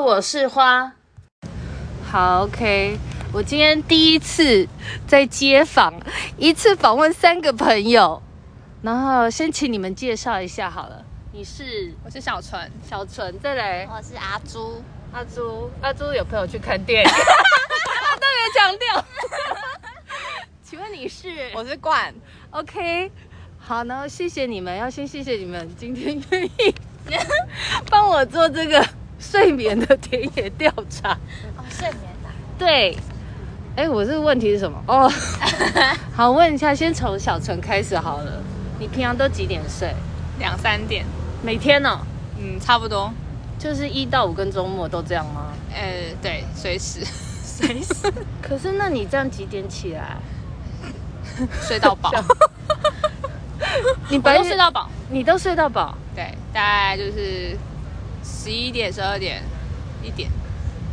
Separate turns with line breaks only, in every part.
我是花。
好，OK。我今天第一次在街访，一次访问三个朋友，然后先请你们介绍一下好了。你是
我是小纯，
小纯，再来
我是阿朱。
阿朱，阿朱有朋友去看 电影，特别强调。请问你是
我是冠，
OK，好，然后谢谢你们，要先谢谢你们今天愿 意帮我做这个睡眠的田野调查。
哦，睡眠的。
对，哎，我这个问题是什么？ 哦，好，问一下，先从小纯开始好了。你平常都几点睡？
两三点，
每天呢、
嗯，差不多，
就是一到五跟周末都这样吗？
呃，对，随时随时
可是那你这样几点起来？
睡到饱，
你
我
白
都睡
天
到饱，
你都睡到饱？
对，大概就是十一点、十二点、一点，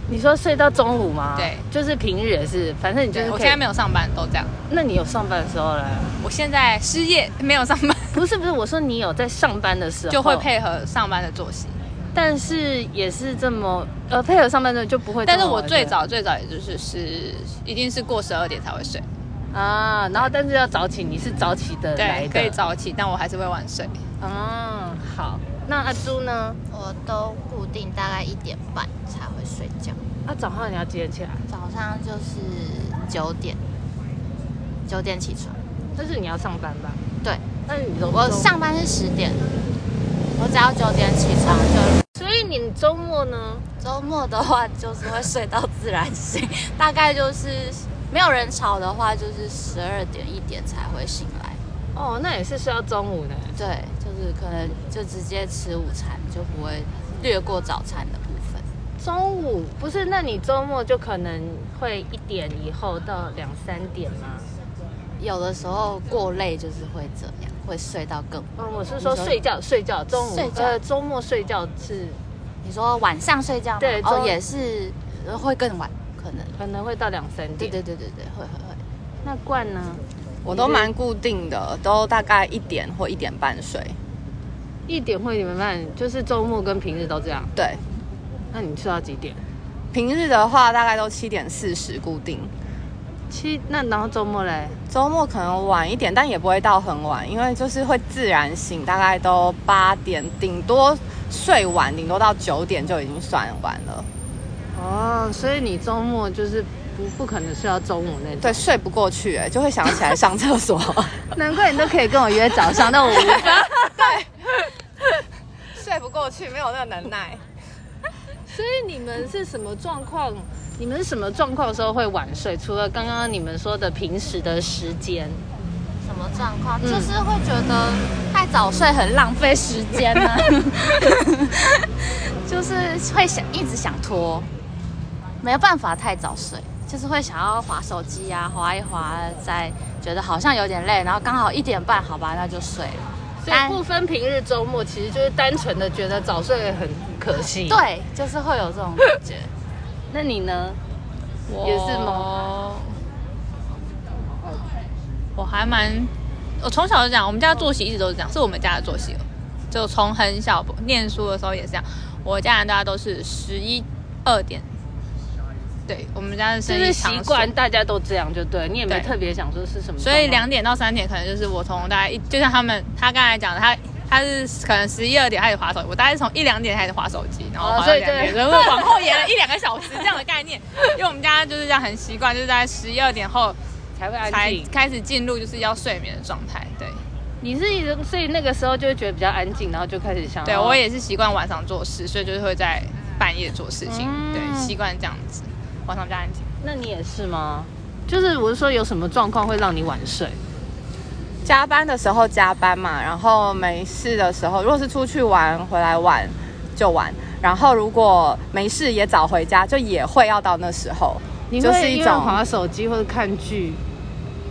你说睡到中午吗？
对
就是平日也是，反正你就是
对
可以。
我现在没有上班，都这样，
那你有上班的时候嘞？
我现在失业没有上班，
不是不是，我说你有在上班的时候
就会，配合上班的作息，
但是也是这么呃配合上班的就不会这么晚
但
睡。
是我最早最早也就是是一定是过十二点才会睡，
啊，然后但是要早起，你是早起的来
对，
的，
可以早起，但我还是会晚睡，
啊。好，那阿朱呢？
我都固定大概一点半才会睡觉，
啊，早上你要几点起来？
早上就是九点，九点起床。
但是你要上班吧？
对，
那你周
我，上班是十点，我只要九点起床就。
所以你周末呢？
周末的话就是会睡到自然醒， 大概就是没有人吵的话，就是十二点一点才会醒来。
哦，那也是睡到中午的。
对，就是可能就直接吃午餐，就不会略过早餐的部分。
中午不是？那你周末就可能会一点以后到两三点吗？
有的时候过累就是会这样，会睡到更晚。
嗯，我是说睡觉，睡觉，中午
睡觉
呃周末睡觉是
你说晚上睡觉吗？
对
哦
中
也是呃会更晚，可能。
可能会到两三点。
对对对对对，会会会。
那冠呢？
我都蛮固定的，都大概一点或一点半睡。
一点会你们慢，就是周末跟平日都这样。
对，
那你睡到几点？
平日的话大概都七点四十固定，
七那然后周末嘞？
周末可能晚一点，但也不会到很晚，因为就是会自然醒，大概都八点，顶多睡晚，顶多到九点就已经算晚了。
哦，所以你周末就是不不可能睡到中午那种。
对，睡不过去、欸，就会想起来上厕所。
难怪你都可以跟我约早上，但我无法。
睡不过去，没有那个能耐。
所以你们是什么状况？你们是什么状况的时候会晚睡？除了刚刚你们说的平时的时间，
什么状况？就是会觉得太早睡很浪费时间 呢、就是会想一直想拖，没有办法太早睡，就是会想要划手机啊，划一划，再觉得好像有点累，然后刚好一点半，好吧，那就睡了。
所以不分平日周末，其实就是单纯的觉得早睡很可惜。，
对，就是会有这种感觉。
那你呢？
我
也是吗？
我还蛮，我从小就这样，我们家作息一直都是这样，是我们家的作息了。就从很小念书的时候也是这样，我家人大家都是十一二点，对我们家的
就
生意
是
常
习
睡
惯，大家都这样就对，你也没
对
特别想说是什么状况。
所以两点到三点可能就是我从大概一，就像他们他刚才讲的，他他是可能十一二点开始划手机，我大概是从一两点开始划手机，然后
哦
划
所
到
以
两点，
就
然后往后延了一两个小时这样的概念，因为我们家就是这样很习惯，就是在十一二点后
才会安
才
静。
开始进入就是要睡眠的状态，对。
你是一种，所以那个时候就会觉得比较安静，然后就开始想。
对我。也是习惯晚上做事，所以就是会在半夜做事情，
嗯
对，习惯这样子，晚上比较安静。
那你也是吗？就是我是说，有什么状况会让你晚睡？
加班的时候加班嘛，然后没事的时候，如果是出去玩回来晚就晚，然后如果没事也早回家，就也会要到那时候，
你
就
会
是
因
一
为
种
划手机或者看剧，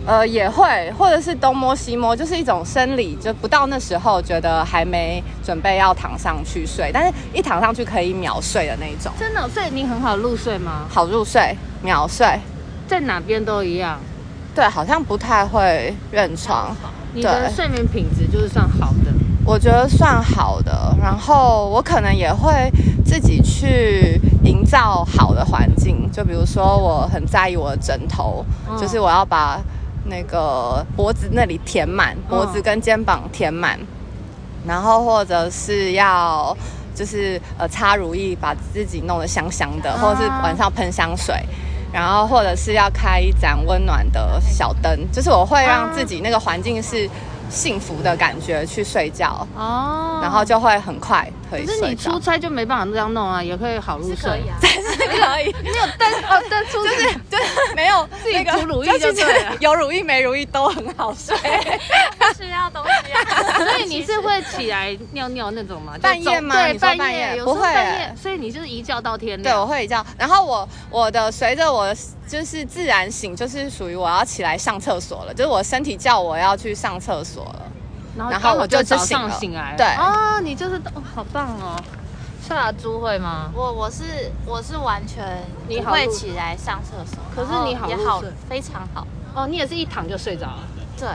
呃也会，或者是东摸西摸，就是一种生理，就不到那时候觉得还没准备要躺上去睡，但是一躺上去可以秒睡的那一种，
真的、所以你很好入睡吗？
好入睡，秒睡，
在哪边都一样，
对，好像不太会认床。
你的
对
睡眠品质就是算好的。
我觉得算好的。然后我可能也会自己去营造好的环境，就比如说我很在意我的枕头，就是我要把那个脖子那里填满，脖子跟肩膀填满，然后或者是要。就是呃擦乳液，把自己弄得香香的，
啊
或者是晚上喷香水，然后或者是要开一盏温暖的小灯，就是我会让自己那个环境是幸福的感觉去睡觉，
哦，
然后就会很快可以
可是
睡
你
着
出。差就没办法这样弄啊，也可以好入睡。
啊，
但哦，但出差
啊就是没有
自己
那个
涂乳液就
就是
对了
有乳液没乳液都很好睡。
是要东西 啊。
所以你是会起来尿尿那种吗？就
半夜
走
吗
对，
你说
半
半
夜
夜
有时候
不会欸
半夜，所以你就是一觉到天
对，我
亮。
会这样。然后我我的随着我就是自然醒，就是属于我要起来上厕所了，就是我身体叫我要去上厕所了。
然
然后
刚好
我就
早
就醒
上
了
醒来。
对
哦，你就是哦，好棒哦。夏雅猪会吗？
我我是我是完全
你
不
好
会
入
起来上厕所，
可是
然后
你好
也
入
好
睡
非常好，
哦，你也是一躺就睡着了。
对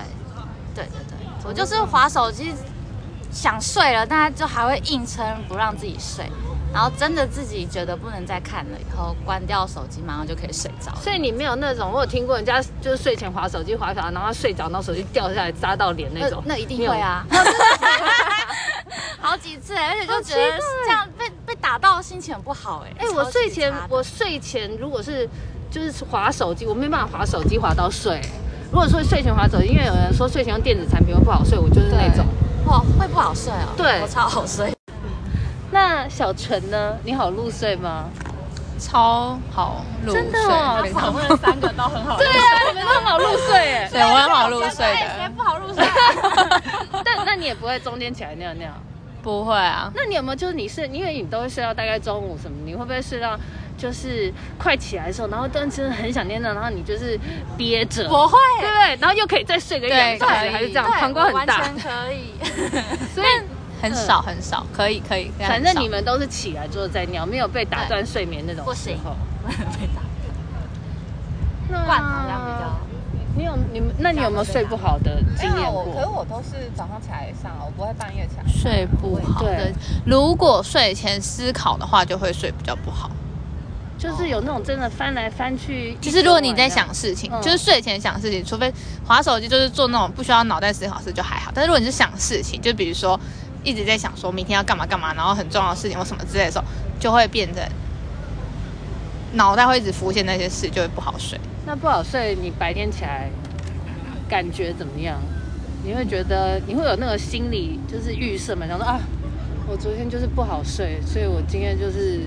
对对对，我就是划手机想睡了，但就还会硬撑不让自己睡，然后真的自己觉得不能再看了，以后关掉手机，马上就可以睡着了。
所以你没有那种，我有听过人家就是睡前划手机划着，然后他睡着，然后手机掉下来扎到脸那种。
那一定
你有
会啊， 好几 次、而且就觉得
好奇怪
这样被被打到心情很不好哎、
哎、
超级
我睡前
差的
我睡前如果是就是划手机，我没办法划手机划到睡。如果说睡前划手机，因为有人说睡前用电子产品会不好睡，我就是那种。
哇会不好睡哦，
对
我超好睡，
那小陈呢？你好入睡吗？
超好入睡，
真的哦
对
访
对
对 啊，你们都好入睡哎。
我很好入睡
谁
的，
不好入睡啊？
但 那你也不会中间起来尿尿？
不会啊，
那你有没有就是你是因为你都会睡到大概中午什么，你会不会睡到就是快起来的时候，然后但真的很想念尿，然后你就是憋着，对
我会，
不对？然后又可以再睡个一两个
对
小时，
可以
还是这样，
对
膀胱
我
很大，
完全可以。
所以。
很少很少，可以可以，非常
反正
少
你们都是起来之后再尿，没有被打断睡眠那种
不
时
行
候。
灌好像比较，
你有你们，那你有没有睡不好的经验
啊我可是
过？
我都是早上起来上，我不会半夜起来。
睡不好的
对。
如果睡前思考的话，就会睡比较不好。
就是有那种真的翻来翻去。
就是如果你在
一整晚
想事情
嗯，
就是睡前想事情，除非划手机，就是做那种不需要脑袋思考的事就还好。但是如果你是想事情，就比如说一直在想说明天要干嘛干嘛，然后很重要的事情或什么之类的时候，就会变成脑袋会一直浮现那些事，就会不好睡。
这样，那不好睡，你白天起来感觉怎么样？你会觉得你会有那个心理就是预设嘛，想说啊，我昨天就是不好睡，所以我今天就是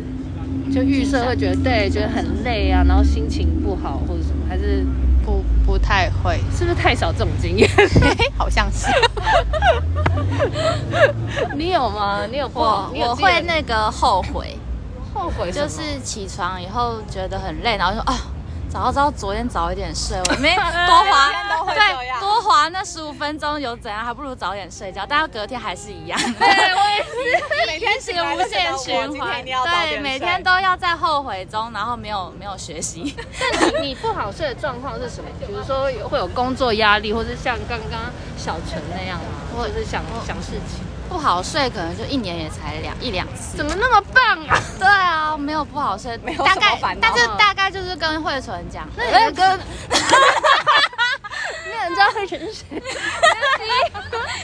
就预设会觉得对，觉得很累啊，然后心情不好或者什么，还是
不不太 会，
是不是太少这种经验？
好像是
你有吗？你有不好？
我
你有
我
自己的
会那个后悔，
后悔什
就
么，
是起床以后觉得很累，然后就啊。早知道昨天早一点睡，我没多
每天都
滑，
会这
对，
样
多滑那十五分钟有怎样？还不如早点睡觉，但是隔天还是一样。
每天醒来
无
就觉得
限
我
循
今天
环，
一定要早点
对，每
睡
天都要在后悔中，然后没有没有学习。
你你不好睡的状况是什么？比如说有会有工作压力，或是像刚刚小陈那样吗？
我
就是想想事情，
不好睡可能就一年也才两一两次。
怎么那么棒啊？
对啊，没有不好睡，
没有
大
什么
概
烦恼
但是大概就是跟慧纯讲，哎
那你们
跟
那人家会人谁？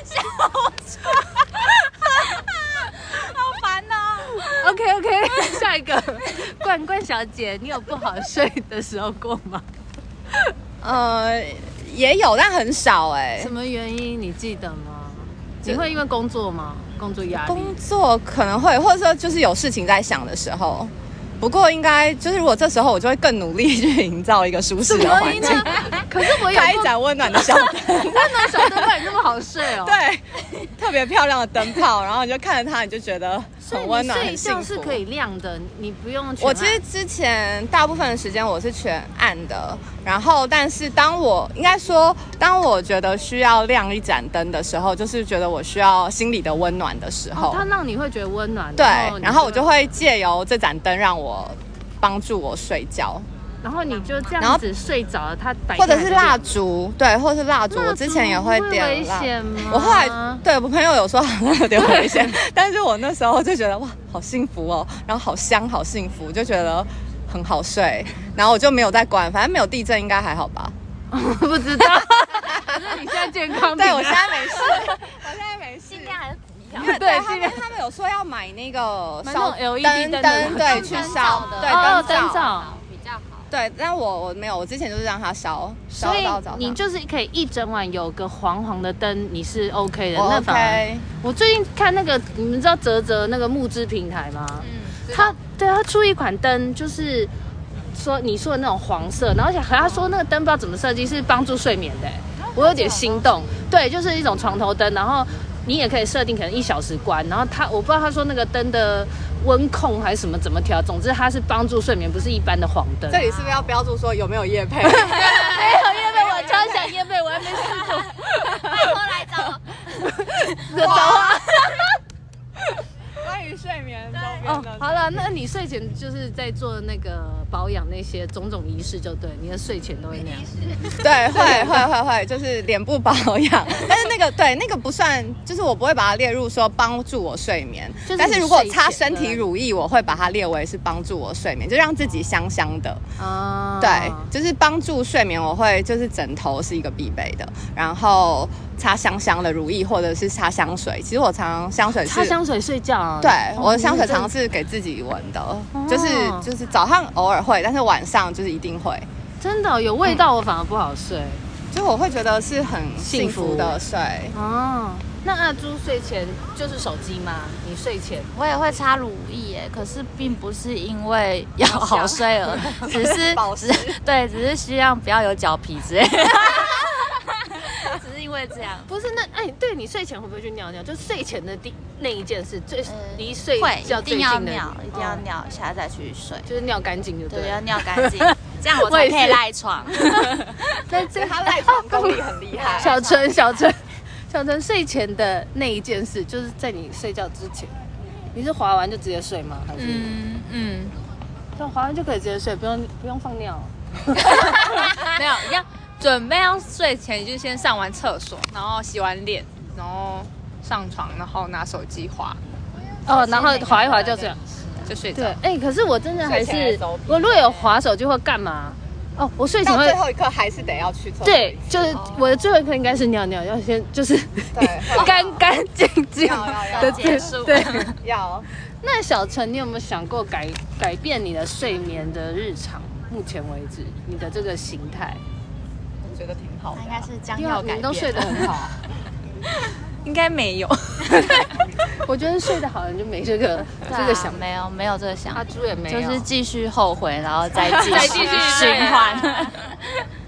笑我出来，好烦哦。
OK OK，下 一个冠冠小姐，你有不好睡的时候过吗？
呃，也有，但很少哎、
什么原因你记得吗？你会因为工作吗？工作压力？
工作可能会，或者说就是有事情在想的时候。不过应该就是，如果这时候我就会更努力去营造一个舒适的环境，
可是我有
开一
过
盏温暖的 小灯，
温暖小灯泡，你那么好睡哦？，
对，特别漂亮的灯泡，然后你就看着它，你就觉得
所以
很
你
温暖，
睡
很
觉
幸
是
福。
可以亮的，你不用全
我其实
暗
之前大部分的时间我是全暗的，然后但是当我应该说，当我觉得需要亮一盏灯的时候，就是觉得我需要心里的温暖的时候，
哦，它让你会觉得温暖。
对
你，
然后我
就
就会借由这盏灯让我帮助我睡觉。
然后你就这
然
样
后
子睡着了，它白天
或者
还
是
在
蜡
亮，
烛，对，或者是蜡烛，
蜡
我之前也
烛
会
会危
点蜡
险吗。
我后来
啊
对我朋友有说好像有点危险， 但是我那时候就觉得哇，好幸福哦，然后好香，好幸福，就觉得很好睡，然后我就没有再关，反正没有地震应该还好吧。
不知道，可是你现在健康
对
平
我
安
现在没事，我现在没事。
尽量还是不要。
因为
对
他
尽量
们他们有说要买那个
买
烧
那种 LED
灯
灯的
灯，
吗
对，去烧
灯罩的
对
哦
灯
灯
罩，
罩，
比较好。
对，但我我没有，我之前就是让它烧，烧
所以
到早上。
你就是可以一整晚有个黄黄的灯，你是 OK 的。
我
那反而
OK，
我最近看那个，你们知道泽泽那个木质平台吗？
嗯，
他对他出一款灯，就是说你说的那种黄色，然后而且和他说那个灯不知道怎么设计，是帮助睡眠的、我有点心动。对，就是一种床头灯，然后你也可以设定可能一小时关，然后他我不知道他说那个灯的温控还是什么怎么调，总之它是帮助睡眠，不是一般的黄灯。
这里是不是要标注说有没有 夜配？
没有叶贝，我超想叶贝，我还没试过。
后来找我
找啊！
关于睡眠周
哦
边的，
好了，那你睡前就是在做那个保养那些种种仪式，就对，你的睡前都会那样。
对，会会会会，就是脸部保养， 但是那个对那个不算，就是我不会把它列入说帮助我睡眠，
就是
但是
你
如果
睡
擦
前
身体
的
乳液，我会把它列为是帮助我睡眠，就让自己香香的。
啊
对，就是帮助睡眠，我会就是枕头是一个必备的，然后擦香香的乳液或者是擦香水。其实我常常香水是
擦香水睡觉啊。
对，
哦
我的香水常常
你
是给自己闻的，就是就是早上偶尔会，但是晚上就是一定会。
真真的哦有味道，我反而不好睡。
就我会觉得是很幸
幸福
福的睡，
哦，那阿朱睡前就是手机吗？你睡前
我也会擦乳液耶，可是并不是因为要好睡而，只是
保
只是对，只是希望不要有脚皮之类的，只是因为这样。
不是那哎，对你睡前会不会去尿尿？就睡前的第那一件事，最
呃
离睡
会
觉
一
最
定
近
要
的，
尿，一定要
哦，
尿一下再去睡，
就是尿干净就对
对，
了
要。尿干净，这 样我
我也
才
是
可以赖床。
那这
他赖床功力很 厉 害。
小陈，小陈，小陈睡前的那一件事，就是在你睡觉之前，你是滑完就直接睡吗？还是？
嗯嗯，
对，滑完就可以直接睡，不用不用放尿。
没有要准备要睡前就先上完厕所，然后洗完脸，然后上床，然后拿手机滑，
哦，然后滑一滑就睡。
就睡着
对。，哎、可是我真的还
睡前还
是
走笔，
我如果有滑手机或干嘛，哦，我睡前
到
会
最。后一刻还是得要去厕所。
对，就是我的最后一刻应该是尿尿，要先就是
对，
干干净净
要要
的
要
结
结束
对，
要
那小陈，你有没有想过改改变你的睡眠的日常？目前为止，你的这个形态，
我觉得挺好
他
的啊
应该是将
因
要
为
啊改
你都睡
变。
得很好，
应该没有，
我觉得睡得好人就没这个、
对
这
啊
个想法。
没有没有这个想
阿
法，
朱也没有。
就是继续后悔，然后 再继
再
续
继续对
循
啊
环。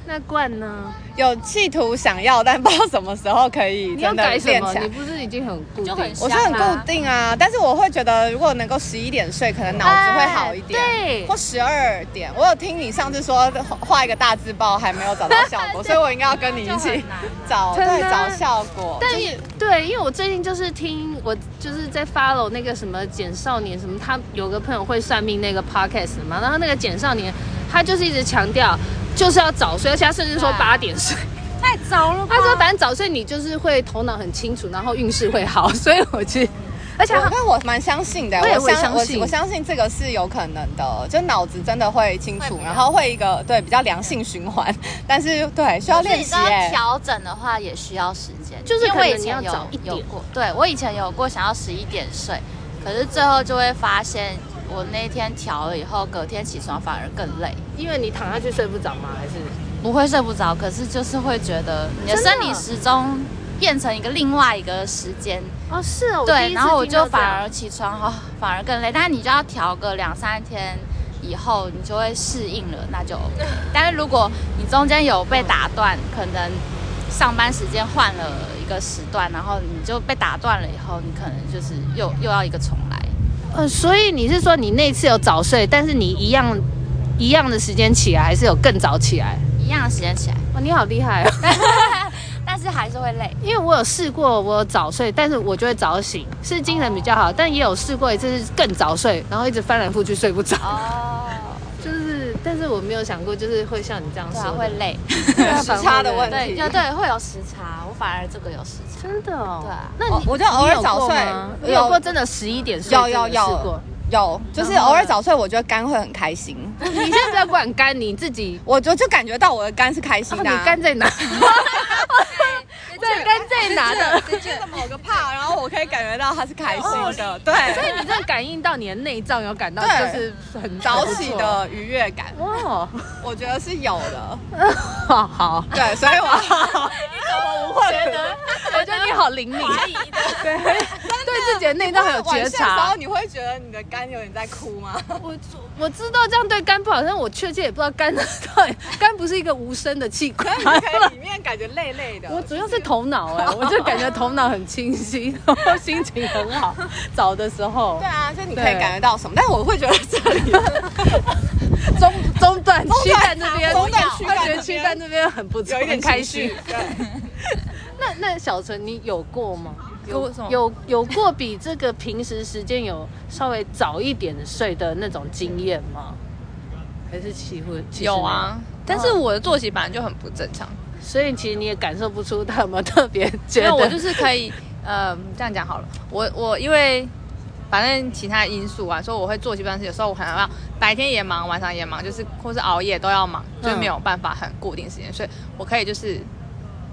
那冠呢？
有企图想要，但不知道什么时候可以
你要
真的
改什
练
么？
起
你
来。
不是已经很固定
就很
我是很固定啊，但是我会觉得，如果能够十一点睡，可能脑子会好一点，
哎对
或十二点。我有听你上次说画一个大字报，还没有找到效 果，所以我应该要跟你一起找
真的啊
对找效果。
但
就是
也对，因为我最近就是听我就是在 follow 那个什么简少年什么，他有个朋友会算命那个 podcast 嘛，然后那个简少年他就是一直强调就是要早睡，而且他甚至说
对啊
八点睡。
太早了吧
他说反正早睡你就是会头脑很清楚，然后运势会好，所以我去，而且
我
他
那我蛮相信的，
我也我也
相
相信
我我相信这个是有可能的，就脑子真的会清楚，然后会一个对比较良性循环，但是对需要
所以
练
你知
习
道
哎、
调整的话也需要时间，
就是
因
可
为
能
我
你
以前
要
有
早一点
有过，对我以前有过想要十一点睡，可是最后就会发现我那天调了以后，隔天起床反而更累，
因为你躺下去睡不着嘛，还是
不会睡不着，可是就是会觉得你的
真的
生理时钟变成一个另外一个时间，
哦是哦，
对，然后我就反
反而
而起床后、反而更累，但是你就要调个两三天。以后你就会适应了，那就 OK。但是如果你中间有被打断，可能上班时间换了一个时段，然后你就被打断了，以后你可能就是又又要一个重来。
呃，所以你是说你那次有早睡，但是你一样一样的时间起来，还是有更早起来？
一样的时间起来，
哦，你好厉害哦！
但是还是会累。
因为我有试过，我有早睡，但是我就会早醒，是精神比较哦好。但也有试过一次是更早睡，然后一直翻来覆去睡不着，
哦，
就是但是我没有想过，就是会像你这样
对啊，
说的，
会累，
啊
时差的问
对，
题。
就对，会有时差，我反而这个有时差。
真的哦。
对啊
那
哦
你
我就偶
你
尔
有过
早睡
吗你有
有
过真的十一点睡？
有有
真的试
有
过
有，就是偶尔早睡，我觉得肝会很开心。。
你现在不要管肝，你自己
我就就感觉到我的肝是开心
哦，
的、啊
你肝在哪？ 对，肝在哪的？哦
只觉得某个怕，然后我可以感觉到它是开心
所
的，对，
以你这感应到你的内脏有感到，
对
就是很
早起的愉悦感，
哇，
我觉得是有的。
好，
对，所以 我我不会觉得
我觉得你好灵敏，对，对自己的内脏很有觉
然
察
后。你会觉得你的肝有点在哭吗？
我我知道这样对肝不好，但是我确切也不知道肝到底肝不是一个无声的器官
可。是你可以里面感觉累累的。
我主要是头脑哎、 我就感觉头脑很清晰，然后心情很好。早的时候
对，啊，就你可以
对
感觉到什么，但我会觉得这里
中中段躯干这边，
中段
我
躯干
觉得躯干这边很不错，
有一点
很开
情绪
心。。那那小陈，你有过吗？
有什么
有有过比这个平时时间有稍微早一点睡的那种经验吗？还是几乎其实嗯
有啊，但是我的作息本来就很不 正常，
没有，所以其实你也感受不出他有没有特别觉
因为
得，
我就是可以，呃，这样讲好了，我我因为反正其他因素啊，所以我会作息不正常，有时候我可能要白天也忙，晚上也忙，就是或是熬夜都要忙，就
嗯
没有办法很固定时间，所以我可以就是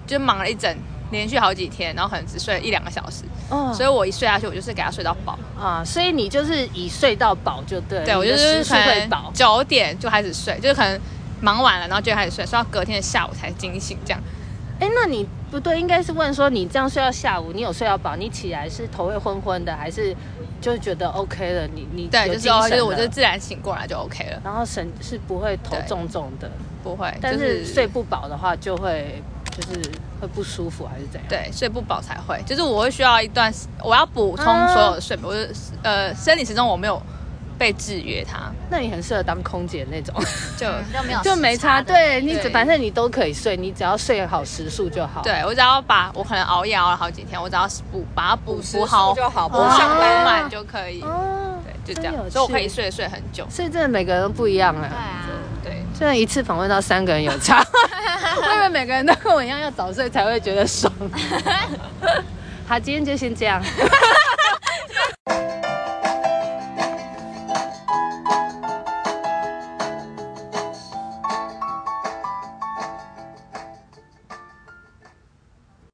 就忙了一整连续好几天，然后可能只睡了一两个小时，
哦
所以我一睡下去，我就是给他睡到饱。
啊，所以你就是以睡到饱就对了，
对，我
你
就
的
是
时数
可
会
能
饱。
九点就开始睡，就是可能忙完了，然后就开始睡，睡到隔天的下午才惊醒这样。
哎，那你不对，应该是问说你这样睡到下午，你有睡到饱，你起来是头会昏昏的，还是就觉得 OK 了？你你
对，
有
就是
精
哦，就
神
是我
了
就自然醒过来就 OK 了，
然后神是不会头
对
重重的，
不会。
但
就是
睡不饱的话就会就是会不舒服还是怎样？
对睡不饱才会，就是我会需要一段时，我要
啊
补充所有的睡眠，我就呃生理时钟我没有被制约它，
那你很适合当空姐 那种，
就。
就没有
就没
时差
差。
的
对你只
对
反正你都可以睡，你只要睡好时数就好。
对，我只要把我可能熬夜熬了好几天，我只要补把它补
补时
补好，
数就好
补
补
上
上
满
班
满就可以。
哦，
对，就
真
这样
有，
所以我可以
趣。
睡睡很久。
所以真的每个人都不一样
对
啊，
啊，
对，
虽然一次访问到三个人有 差，我以为每个 人都跟我一样要早睡才会觉得爽。好，今天就先这样。